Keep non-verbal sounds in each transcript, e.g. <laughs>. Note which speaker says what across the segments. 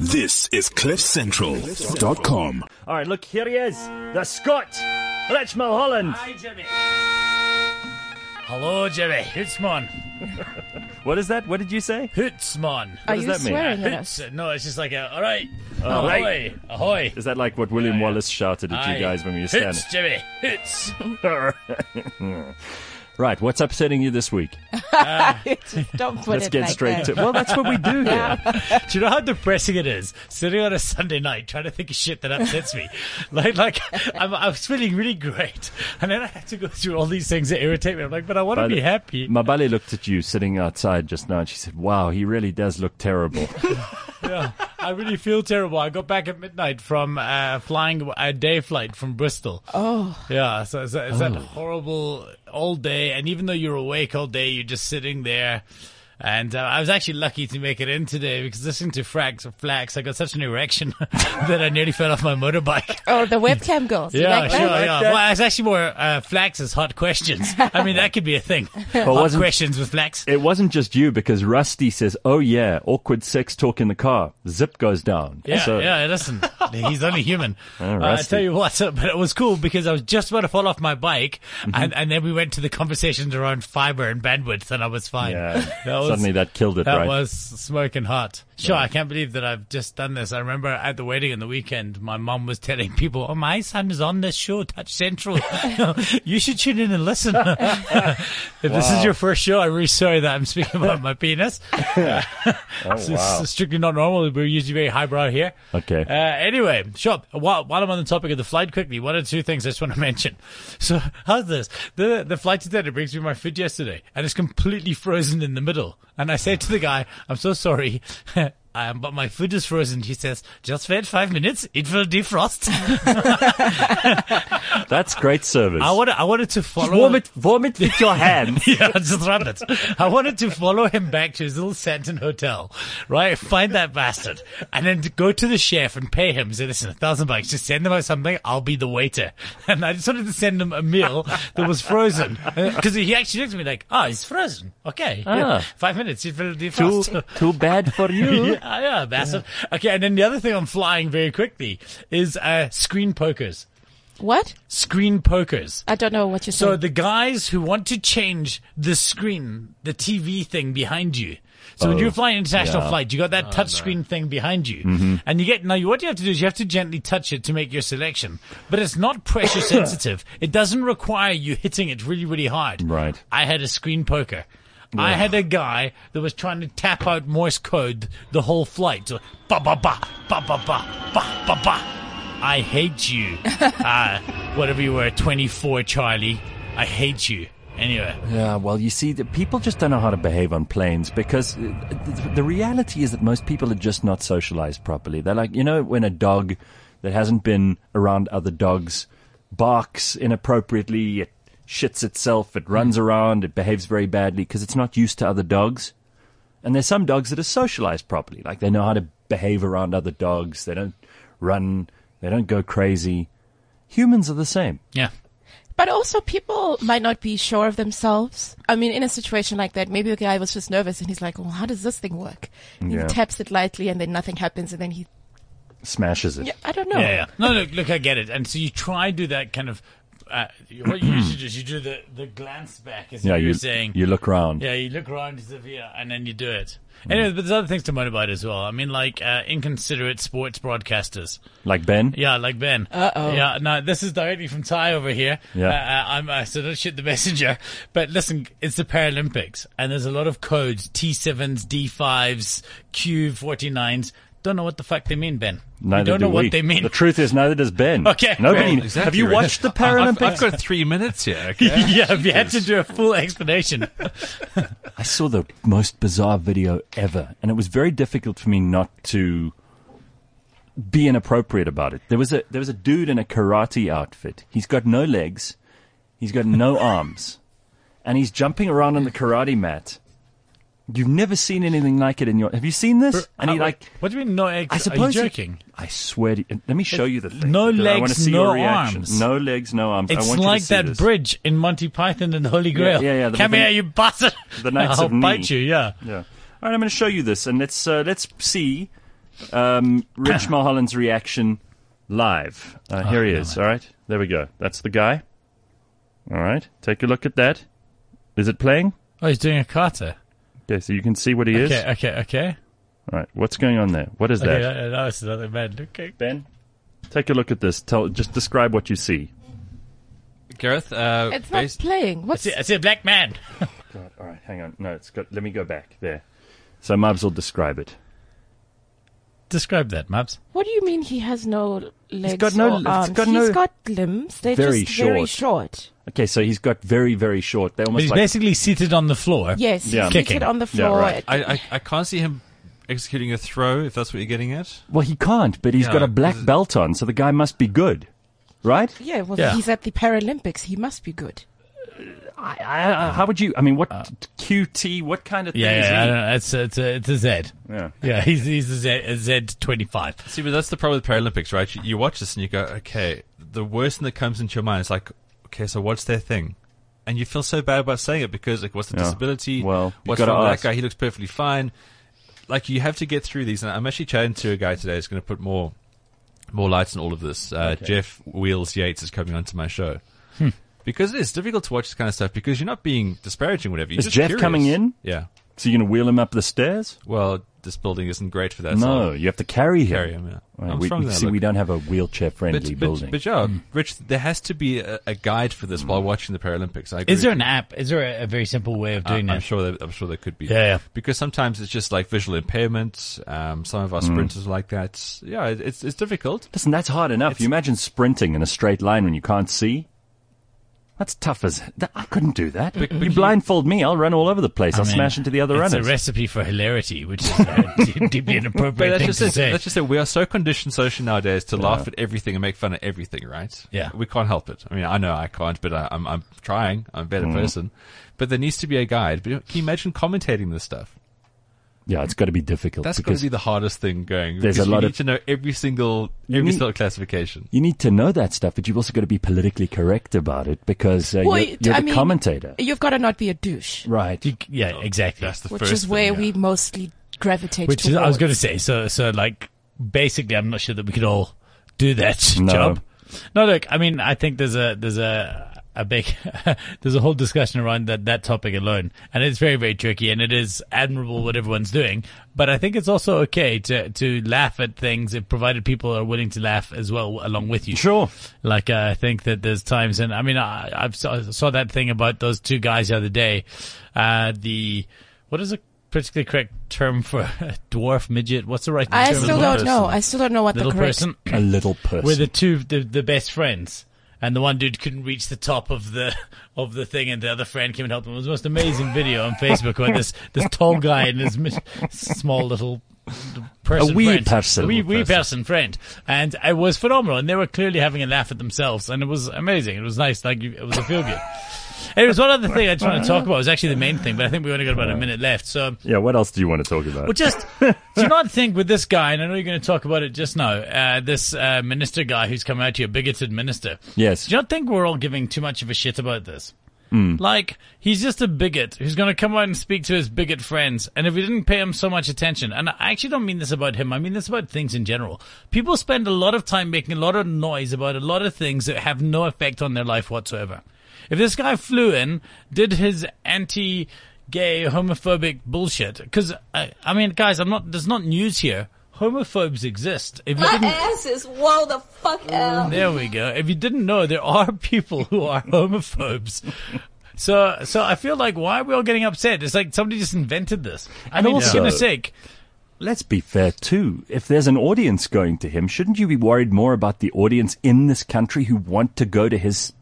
Speaker 1: This is CliffCentral.com.
Speaker 2: All right, look, here he is, the Scot, Rich Mulholland.
Speaker 3: Hi, Jimmy. Hello, Jimmy. Hootsmon.
Speaker 2: What is that? What did you say?
Speaker 3: Hootsmon.
Speaker 4: Are
Speaker 2: does
Speaker 4: you
Speaker 2: that mean?
Speaker 4: swearing at us?
Speaker 3: Hoots. No, it's just like a, all right.
Speaker 2: All
Speaker 3: ahoy.
Speaker 2: right.
Speaker 3: Ahoy.
Speaker 2: Is that like what William Wallace shouted at
Speaker 3: Aye.
Speaker 2: you guys when we were standing?
Speaker 3: Hoots, Jimmy. <laughs> Hoots.
Speaker 2: <laughs> right, what's upsetting you this week?
Speaker 4: Just <laughs> don't put
Speaker 2: Let's
Speaker 4: it
Speaker 2: get
Speaker 4: like
Speaker 2: straight to
Speaker 4: that.
Speaker 2: Well, that's what we do here.
Speaker 3: Do you know how depressing it is sitting on a Sunday night trying to think of shit that upsets <laughs> me? Like, like I'm, I was feeling really great, and then I have to go through all these things that irritate me. I'm like, but I want to
Speaker 2: By the-
Speaker 3: be happy.
Speaker 2: Mabale looked at you sitting outside just now and she said, Wow, he really does look
Speaker 3: <laughs>
Speaker 2: terrible.
Speaker 3: Yeah, I really feel terrible. I got back at midnight from uh, flying a day flight from Bristol. Oh, yeah. So it's, it's that horrible all day, and even though you're awake all day, you're just sitting there. And uh, I was actually lucky to make it in today because listening to Frax Flax, I got such an erection <laughs> that I nearly fell off my motorbike.
Speaker 4: Oh, the webcam girls. <laughs> You
Speaker 3: Yeah,
Speaker 4: like
Speaker 3: sure,
Speaker 4: that?
Speaker 3: yeah. Well, it's actually more uh, Flax's hot questions. I mean, that could be a thing. hot
Speaker 2: wasn't-
Speaker 3: questions with Flax.
Speaker 2: it wasn't just you because Rusty says, Oh, yeah, awkward sex talk in the car. Zip goes down.
Speaker 3: Yeah,
Speaker 2: So-
Speaker 3: <laughs> yeah, listen, he's
Speaker 2: <laughs>
Speaker 3: only human. Uh, I
Speaker 2: Ah, rusty.
Speaker 3: tell you what, <laughs> so- but it was cool because I was just about to fall off my bike,
Speaker 2: Mm-hmm.
Speaker 3: and, and then we went to the conversations around fiber and bandwidth, and I was fine.
Speaker 2: Yeah.
Speaker 3: <laughs> That was-
Speaker 2: Suddenly that killed it,
Speaker 3: that
Speaker 2: right?
Speaker 3: was smoking hot. Sure, I can't believe that I've just done this. I remember at the wedding on the weekend, my mum was telling people, "Oh, my son is on this show,
Speaker 2: <laughs>
Speaker 3: Touch Central. <laughs> you should tune in and listen." <laughs> if this is your first show, I'm really sorry that I'm speaking about my penis. It's
Speaker 2: Oh, wow.
Speaker 3: strictly not normal. We're usually very highbrow here.
Speaker 2: Okay.
Speaker 3: Uh, anyway, sure. While, while I'm on the topic of the flight, quickly, one or two things I just want to <laughs> mention. So, how's this? The the flight attendant brings me my food yesterday, and it's completely frozen in the middle. And I say to the guy, "I'm so sorry." <laughs> Um, but my food is frozen. He says, just wait five minutes. It will defrost.
Speaker 2: <laughs> That's great service.
Speaker 3: I wanted, I wanted to follow.
Speaker 2: warm it, warm it with your
Speaker 3: <laughs>
Speaker 2: hands.
Speaker 3: yeah, just run it. I wanted to follow him back to his little Santon hotel, right? Find that bastard and then to go to the chef and pay him. Say, listen, a thousand bucks, just send him out something. I'll be the waiter. <laughs> And I just wanted to send him a meal that was frozen <laughs> because he actually looked at me like, oh, it's frozen. Okay.
Speaker 2: Ah.
Speaker 3: Five minutes. It will
Speaker 2: too,
Speaker 3: defrost.
Speaker 2: too bad for you.
Speaker 3: <laughs> Yeah, yeah, bastard. Okay, and then the other thing I'm flying very quickly is uh, screen pokers.
Speaker 4: What?
Speaker 3: Screen pokers.
Speaker 4: I don't know what you're
Speaker 3: So
Speaker 4: saying.
Speaker 3: the guys who want to change the screen, the TV thing behind you. So when
Speaker 2: Oh,
Speaker 3: you're flying international
Speaker 2: yeah. Mm-hmm.
Speaker 3: flight, you got that touch screen thing behind you, and you get now. you- What you have to do is you have to gently touch it to make your selection, but it's
Speaker 2: <coughs>
Speaker 3: not pressure sensitive. It doesn't require you hitting it really, really hard.
Speaker 2: Right.
Speaker 3: I had a screen poker. I had a guy that was trying to tap out Morse code the whole flight. So, ba ba ba ba ba ba ba ba ba. I hate you. uh, whatever you were, twenty four, Charlie. I hate you. Anyway,
Speaker 2: Yeah, well, you see, the people just don't know how to behave on planes because uh, th- the reality is that most people are just not socialized properly. They're like, you know, when a dog that hasn't been around other dogs barks inappropriately, it shits itself, it runs around, it behaves very badly because it's not used to other dogs. And there's some dogs that are socialized properly, like they know how to behave around other dogs, they don't run, they don't go crazy. Humans are the same.
Speaker 3: yeah.
Speaker 4: but also, people might not be sure of themselves. I mean, in a situation like that, maybe the guy was just nervous and he's like, well, how does this thing work? And
Speaker 2: Yeah.
Speaker 4: He taps it lightly and then nothing happens and then he,
Speaker 2: Smashes it.
Speaker 4: yeah, I don't know.
Speaker 3: Yeah, yeah. No, look, look, I get it. And so you try do that kind of. Uh, what you usually do is you do the, the glance back, as
Speaker 2: Yeah,
Speaker 3: you
Speaker 2: you,
Speaker 3: were saying.
Speaker 2: you look round.
Speaker 3: Yeah, you look around as if, yeah, and then you do it.
Speaker 2: Hmm.
Speaker 3: Anyway, but there's other things to moan about as well. I mean, like uh, inconsiderate sports broadcasters.
Speaker 2: Like Ben?
Speaker 3: Yeah, like Ben. Uh oh. Yeah, no, this is directly from Ty over here.
Speaker 2: Yeah.
Speaker 3: Uh, uh, I'm uh, so don't shit the messenger. But listen, it's the Paralympics, and there's a lot of codes: T7s, D5s, Q49s. Don't know what the fuck they mean, Ben.
Speaker 2: Neither
Speaker 3: we don't
Speaker 2: do
Speaker 3: know
Speaker 2: we.
Speaker 3: what they mean.
Speaker 2: The <laughs> truth is, neither does Ben.
Speaker 3: <laughs> Okay.
Speaker 2: Nobody.
Speaker 3: Well,
Speaker 2: have you
Speaker 5: Rich.
Speaker 2: watched the
Speaker 5: I- I've-
Speaker 2: Paralympics? i
Speaker 5: I've, got three minutes here. Okay?
Speaker 3: <laughs> yeah, if you had to do a
Speaker 2: <laughs>
Speaker 3: full explanation.
Speaker 2: saw the most bizarre video ever, and it was very difficult for me not to be inappropriate about it. There was a there was a dude in a karate outfit. He's got no legs, he's got
Speaker 3: <laughs>
Speaker 2: no arms, and he's jumping around on the karate mat. You've never seen anything like it in your. Have you seen this? And he
Speaker 3: Uh,
Speaker 2: like.
Speaker 3: what do you mean no eggs?
Speaker 2: I suppose
Speaker 3: Are
Speaker 2: he-
Speaker 3: you joking?
Speaker 2: I swear to you. Let me show you the thing.
Speaker 3: No
Speaker 2: because I want to
Speaker 3: legs,
Speaker 2: see
Speaker 3: no
Speaker 2: your reaction.
Speaker 3: arms.
Speaker 2: No legs, no arms. I
Speaker 3: It's
Speaker 2: want you to
Speaker 3: like
Speaker 2: see
Speaker 3: that
Speaker 2: this.
Speaker 3: bridge in Monty Python and the Holy Grail.
Speaker 2: yeah, yeah, the-
Speaker 3: Come
Speaker 2: the-
Speaker 3: here, you bastard.
Speaker 2: the Knights
Speaker 3: <laughs> I'll
Speaker 2: of Ni.
Speaker 3: bite you. Yeah.
Speaker 2: Yeah. All right, I'm going to show you this, and let's uh, let's see Um,
Speaker 3: <coughs>
Speaker 2: Rich Mulholland's reaction live. Uh, here he
Speaker 3: Oh,
Speaker 2: is. All right, there we go. That's the guy. All right, take a look at that. Is it playing?
Speaker 3: Oh, he's doing a kata.
Speaker 2: Okay, so you can see what he is.
Speaker 3: Okay, okay, okay.
Speaker 2: All right, what's going on there? What is
Speaker 3: Okay, uh,
Speaker 2: that?
Speaker 3: that, that's another man. uh, Okay.
Speaker 2: Ben, take a look at this. Tell, just describe what you see.
Speaker 5: Gareth, uh,
Speaker 4: It's not
Speaker 5: based,
Speaker 4: playing. What's
Speaker 3: See, I see a black man.
Speaker 2: God, all right, hang on. No, it's got. Let me go back there. So Mubs will describe it.
Speaker 3: Describe that, Mubs.
Speaker 4: What do you mean he has no legs
Speaker 2: got no-
Speaker 4: or
Speaker 2: it's
Speaker 4: arms?
Speaker 2: got
Speaker 4: He's
Speaker 2: no-
Speaker 4: got limbs. They're
Speaker 2: Very
Speaker 4: just very short.
Speaker 2: Okay, so he's got very, very short. They almost
Speaker 3: He's
Speaker 2: like
Speaker 3: basically seated on the floor.
Speaker 4: Yes,
Speaker 2: Yeah.
Speaker 4: he's seated
Speaker 3: Kicking.
Speaker 4: on the
Speaker 2: Yeah,
Speaker 4: floor.
Speaker 2: right.
Speaker 5: I, I, I can't see him executing a throw, if that's what you're getting at.
Speaker 2: Well, he can't, but he's
Speaker 5: Yeah,
Speaker 2: got a black
Speaker 5: 'cause it-
Speaker 2: belt on, so the guy must be good, right?
Speaker 4: Yeah, well,
Speaker 3: Yeah.
Speaker 4: he's at the Paralympics. He must be good.
Speaker 2: I, uh, I, I- how would you? I mean, what QT? What kind of thing
Speaker 3: Yeah, yeah I
Speaker 2: is
Speaker 3: don't know. It's, it's, a, it's a Z.
Speaker 2: he? Yeah.
Speaker 3: Yeah, he's, he's a Z, a Z25.
Speaker 5: See, but that's the problem with Paralympics, right? You, you watch this and you go, okay, the worst thing that comes into your mind is like, okay, so what's their thing? And you feel so bad about saying it because, like, what's the
Speaker 2: Yeah.
Speaker 5: disability?
Speaker 2: Well, you
Speaker 5: what's
Speaker 2: gotta
Speaker 5: wrong with
Speaker 2: ask.
Speaker 5: that guy? He looks perfectly fine. Like, you have to get through these. And I'm actually chatting to a guy today who's going to put more more lights on all of this. Uh, Jeff Wheels Yates is coming onto my show.
Speaker 2: Hmm.
Speaker 5: Because it is difficult to watch this kind of stuff because you're not being disparaging, whatever. You're
Speaker 2: Is
Speaker 5: just
Speaker 2: Jeff
Speaker 5: curious.
Speaker 2: coming in?
Speaker 5: Yeah.
Speaker 2: So you're gonna wheel him up the stairs?
Speaker 5: Well, this building isn't great for that. so
Speaker 2: no,
Speaker 5: I'll
Speaker 2: you have to carry him.
Speaker 5: carry him. Yeah.
Speaker 2: Right,
Speaker 5: I'm
Speaker 2: we,
Speaker 5: from
Speaker 2: we
Speaker 5: there,
Speaker 2: see,
Speaker 5: look.
Speaker 2: we don't have a wheelchair-friendly
Speaker 5: but,
Speaker 2: building.
Speaker 5: But, but yeah,
Speaker 3: Hmm.
Speaker 5: Rich, there has to be a, a guide for this while watching the Paralympics. I agree.
Speaker 3: Is there an app? Is there a, a very simple way of
Speaker 5: I,
Speaker 3: doing
Speaker 5: I'm
Speaker 3: that?
Speaker 5: sure there, I'm sure there could be.
Speaker 3: Yeah, yeah.
Speaker 5: Because sometimes it's just like visual impairments. Um, some of
Speaker 3: Hmm.
Speaker 5: our sprinters are like that. Yeah, it, it's it's difficult.
Speaker 2: Listen, that's hard enough. You imagine sprinting in a straight line when you can't see. That's tough as that, I couldn't do that.
Speaker 5: But- but
Speaker 2: you
Speaker 5: you-
Speaker 2: blindfold me, I'll run all over the place. I will
Speaker 3: mean,
Speaker 2: smash into the other
Speaker 3: it's
Speaker 2: runners.
Speaker 3: a recipe for hilarity, which is <laughs> a deeply
Speaker 5: But
Speaker 3: inappropriate
Speaker 5: that's
Speaker 3: thing
Speaker 5: just
Speaker 3: to
Speaker 5: it.
Speaker 3: say.
Speaker 5: That's just it. We are so conditioned socially nowadays to laugh at everything and make fun of everything, right?
Speaker 3: Yeah.
Speaker 5: We can't help it. I mean, I know I can't, but I, I'm I'm trying. I'm a better
Speaker 3: Hmm.
Speaker 5: person. But there needs to be a guide. But you know, can you imagine commentating this stuff?
Speaker 2: yeah, it's got to be difficult
Speaker 5: That's going
Speaker 2: because
Speaker 5: to be the hardest thing going.
Speaker 2: There's
Speaker 5: because
Speaker 2: a lot
Speaker 5: you
Speaker 2: of-
Speaker 5: need to know every single every
Speaker 2: need-
Speaker 5: single classification.
Speaker 2: you need to know that stuff, but you've also got to be politically correct about it because uh,
Speaker 4: Well,
Speaker 2: you're, you're
Speaker 4: I
Speaker 2: the
Speaker 4: mean,
Speaker 2: commentator,
Speaker 4: You've got to not be a douche,
Speaker 2: right?
Speaker 3: You- yeah, exactly.
Speaker 5: That's the
Speaker 4: which
Speaker 5: first
Speaker 4: is where
Speaker 5: thing,
Speaker 4: we
Speaker 5: yeah.
Speaker 4: mostly gravitate
Speaker 3: Which is,
Speaker 4: towards.
Speaker 3: I was going to say. So, so like, basically, I'm not sure that we could all do that <laughs>
Speaker 2: No.
Speaker 3: job. No, look, I mean, I think there's a there's a a big <laughs> there's a whole discussion around that that topic alone, and it's very very tricky, and it is admirable what everyone's doing, but I think it's also okay to to laugh at things, if provided people are willing to laugh as well along with you.
Speaker 2: Sure.
Speaker 3: Like uh, I think that there's times, and I mean, I, I've saw, saw that thing about those two guys the other day. Uh, the what is a particularly correct term for <laughs> a dwarf midget? What's the right?
Speaker 4: I
Speaker 3: term?
Speaker 4: still
Speaker 5: Little
Speaker 4: don't
Speaker 5: person.
Speaker 4: know. I still don't know what
Speaker 3: Little
Speaker 4: the correct.
Speaker 3: person.
Speaker 2: A little person.
Speaker 3: We're the two the, the best friends. And the one dude couldn't reach the top of the <laughs> of the thing, and the other friend came and helped him. It was the most amazing video on Facebook where this this tall guy and his mis- small little person,
Speaker 2: A wee
Speaker 3: friend,
Speaker 2: person.
Speaker 3: a wee, wee
Speaker 2: Person.
Speaker 3: person friend, and it was phenomenal. And they were clearly having a laugh at themselves, and it was amazing. It was nice, like you- it was a feel good. And it was one other thing I just want to talk about. It was actually the main thing, but I think we only got about a minute left, so.
Speaker 2: yeah, what else do you want to talk about?
Speaker 3: Well, just do not think with this guy, and I know you're going to talk about it just now. Uh, this uh, minister guy who's come out to you, bigoted minister.
Speaker 2: Yes.
Speaker 3: Do you not think we're all giving too much of a shit about this? Like he's just a bigot who's going to come out and speak to his bigot friends, and if we didn't pay him so much attention, and I actually don't mean this about him, I mean this about things in general. People spend a lot of time making a lot of noise about a lot of things that have no effect on their life whatsoever. If this guy flew in, did his anti gay homophobic bullshit because I, I mean guys i'm not there's not news here homophobes exist if you
Speaker 6: My
Speaker 3: didn't
Speaker 6: ass is whoa the fuck out.
Speaker 3: there we go if you didn't know there are <laughs> people who are homophobes so so i feel like why are we all getting upset it's like somebody just invented this i mean
Speaker 2: also-
Speaker 3: for goodness sake
Speaker 2: Let's be fair too. If there's an audience going to him, shouldn't you be worried more about the audience in this country who want to go to his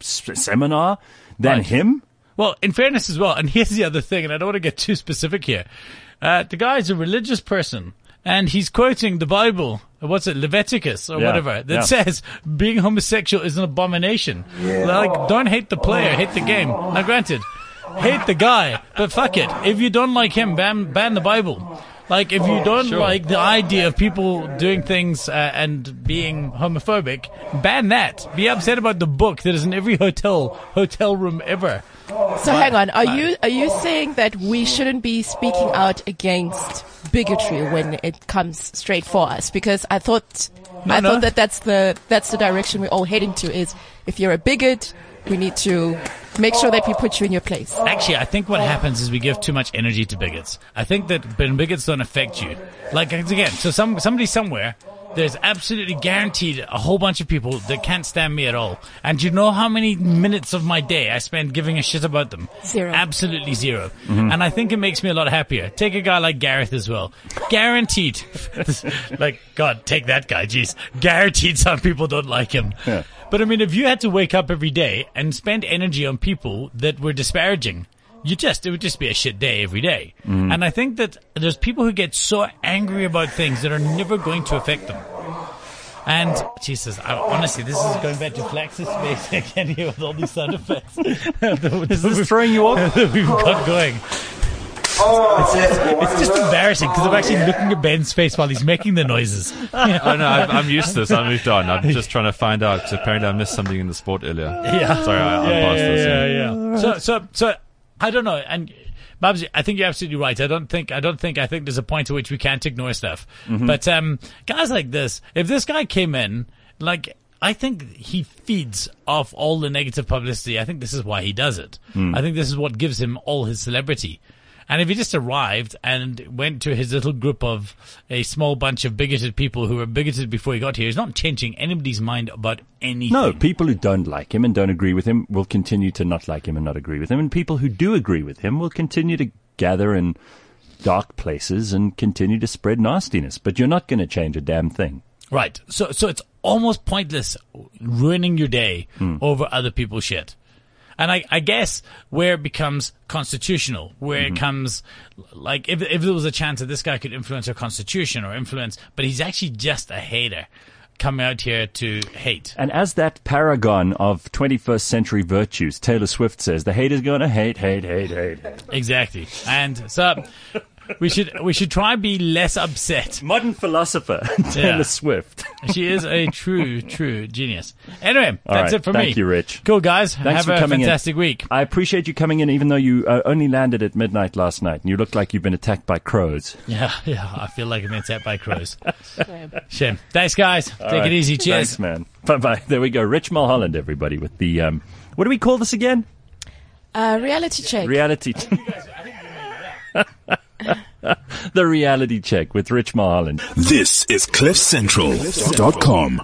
Speaker 2: s- seminar than
Speaker 3: Right.
Speaker 2: him?
Speaker 3: Well, in fairness as well, and here's the other thing, and I don't want to get too specific here. Uh, the guy's a religious person, and he's quoting the Bible. uh, What's it, Leviticus or
Speaker 2: Yeah,
Speaker 3: whatever, that
Speaker 2: yeah.
Speaker 3: says being homosexual is an abomination. Like, don't hate the player, hate the game. Now, granted, hate the guy, but fuck it. If you don't like him, ban, ban the Bible. Like, if
Speaker 2: Oh,
Speaker 3: you don't like the idea of people doing things uh, and being homophobic, ban that. Be upset about the book that is in every hotel hotel room ever.
Speaker 4: So hang on. Are you are you saying that we shouldn't be speaking out against bigotry when it comes straight for us? Because I thought I
Speaker 3: no.
Speaker 4: thought that that's the that's the direction we're all heading to. Is if you're a bigot, we need to make sure that we put you in your place.
Speaker 3: Actually, I think what happens is we give too much energy to bigots. I think that when bigots don't affect you, like again, so some somebody somewhere, there's absolutely guaranteed a whole bunch of people that can't stand me at all. And you know how many minutes of my day I spend giving a shit about them?
Speaker 4: Zero.
Speaker 3: Absolutely 0 And I think it makes me a lot happier. Take a guy like Gareth as well. Guaranteed. <laughs> like God, take that guy. Jeez, guaranteed some people don't like him.
Speaker 2: Yeah.
Speaker 3: But I mean, if you had to wake up every day and spend energy on people that were disparaging, you just, it would just be a shit day every day. And I think that there's people who get so angry about things that are never going to affect them. And Jesus, I, honestly, this is going back to Flax's face <laughs> again here with all these sound effects. <laughs> this is
Speaker 2: throwing you
Speaker 3: <laughs>
Speaker 2: off?
Speaker 3: we've got going. It's just embarrassing because I'm actually looking at Ben's face while he's making the noises.
Speaker 5: Oh no, I'm, I'm used to this. I moved on.
Speaker 3: <laughs>
Speaker 5: I'm just trying to find out. 'cause Apparently, I missed something in the sport earlier.
Speaker 3: Yeah.
Speaker 5: Sorry, I, I'm past this.
Speaker 3: yeah, yeah, yeah. So, so, so, I don't know. And Babs, I think you're absolutely right. I don't think, I don't think, I think there's a point at which we can't ignore stuff. But um, guys like this, if this guy came in, like. I think he feeds off all the negative publicity. I think this is why he does it. I think this is what gives him all his celebrity. And if he just arrived and went to his little group of a small bunch of bigoted people who were bigoted before he got here, he's not changing anybody's mind about anything.
Speaker 2: No, people who don't like him and don't agree with him will continue to not like him and not agree with him, and people who do agree with him will continue to gather in dark places and continue to spread nastiness. But you're not going to change a damn thing.
Speaker 3: Right. So so it's almost pointless ruining your day
Speaker 2: Hmm.
Speaker 3: over other people's shit. And I, I guess where it becomes constitutional, where
Speaker 2: Mm-hmm.
Speaker 3: it comes like if if there was a chance that this guy could influence our constitution or influence, but he's actually just a hater coming out here to hate.
Speaker 2: And as that paragon of 21st century virtues, Taylor Swift says, the haters going to hate, hate, hate, hate.
Speaker 3: Exactly. And so we should we should try and be less upset
Speaker 2: Modern philosopher <laughs> Taylor Swift. <laughs>
Speaker 3: She is a true, true genius. Anyway,
Speaker 2: All
Speaker 3: that's
Speaker 2: right.
Speaker 3: it for me.
Speaker 2: Thank you, Rich.
Speaker 3: Cool, guys. Have
Speaker 2: for
Speaker 3: a
Speaker 2: coming in.
Speaker 3: fantastic week.
Speaker 2: I appreciate you coming in, even though you uh, only landed at midnight last night and you look like you've been attacked by crows.
Speaker 3: Yeah, <laughs> yeah. I feel like I've been attacked by crows. Shame. Thanks, guys. Take it easy. Cheers.
Speaker 2: Thanks, man. <laughs> Bye bye. There we go. Rich Mulholland, everybody, with the, um, what do we call this again?
Speaker 4: Uh, reality
Speaker 3: <laughs>
Speaker 4: check.
Speaker 2: Reality. <laughs> the reality check with Rich Mulholland.
Speaker 1: This is CliffCentral.com.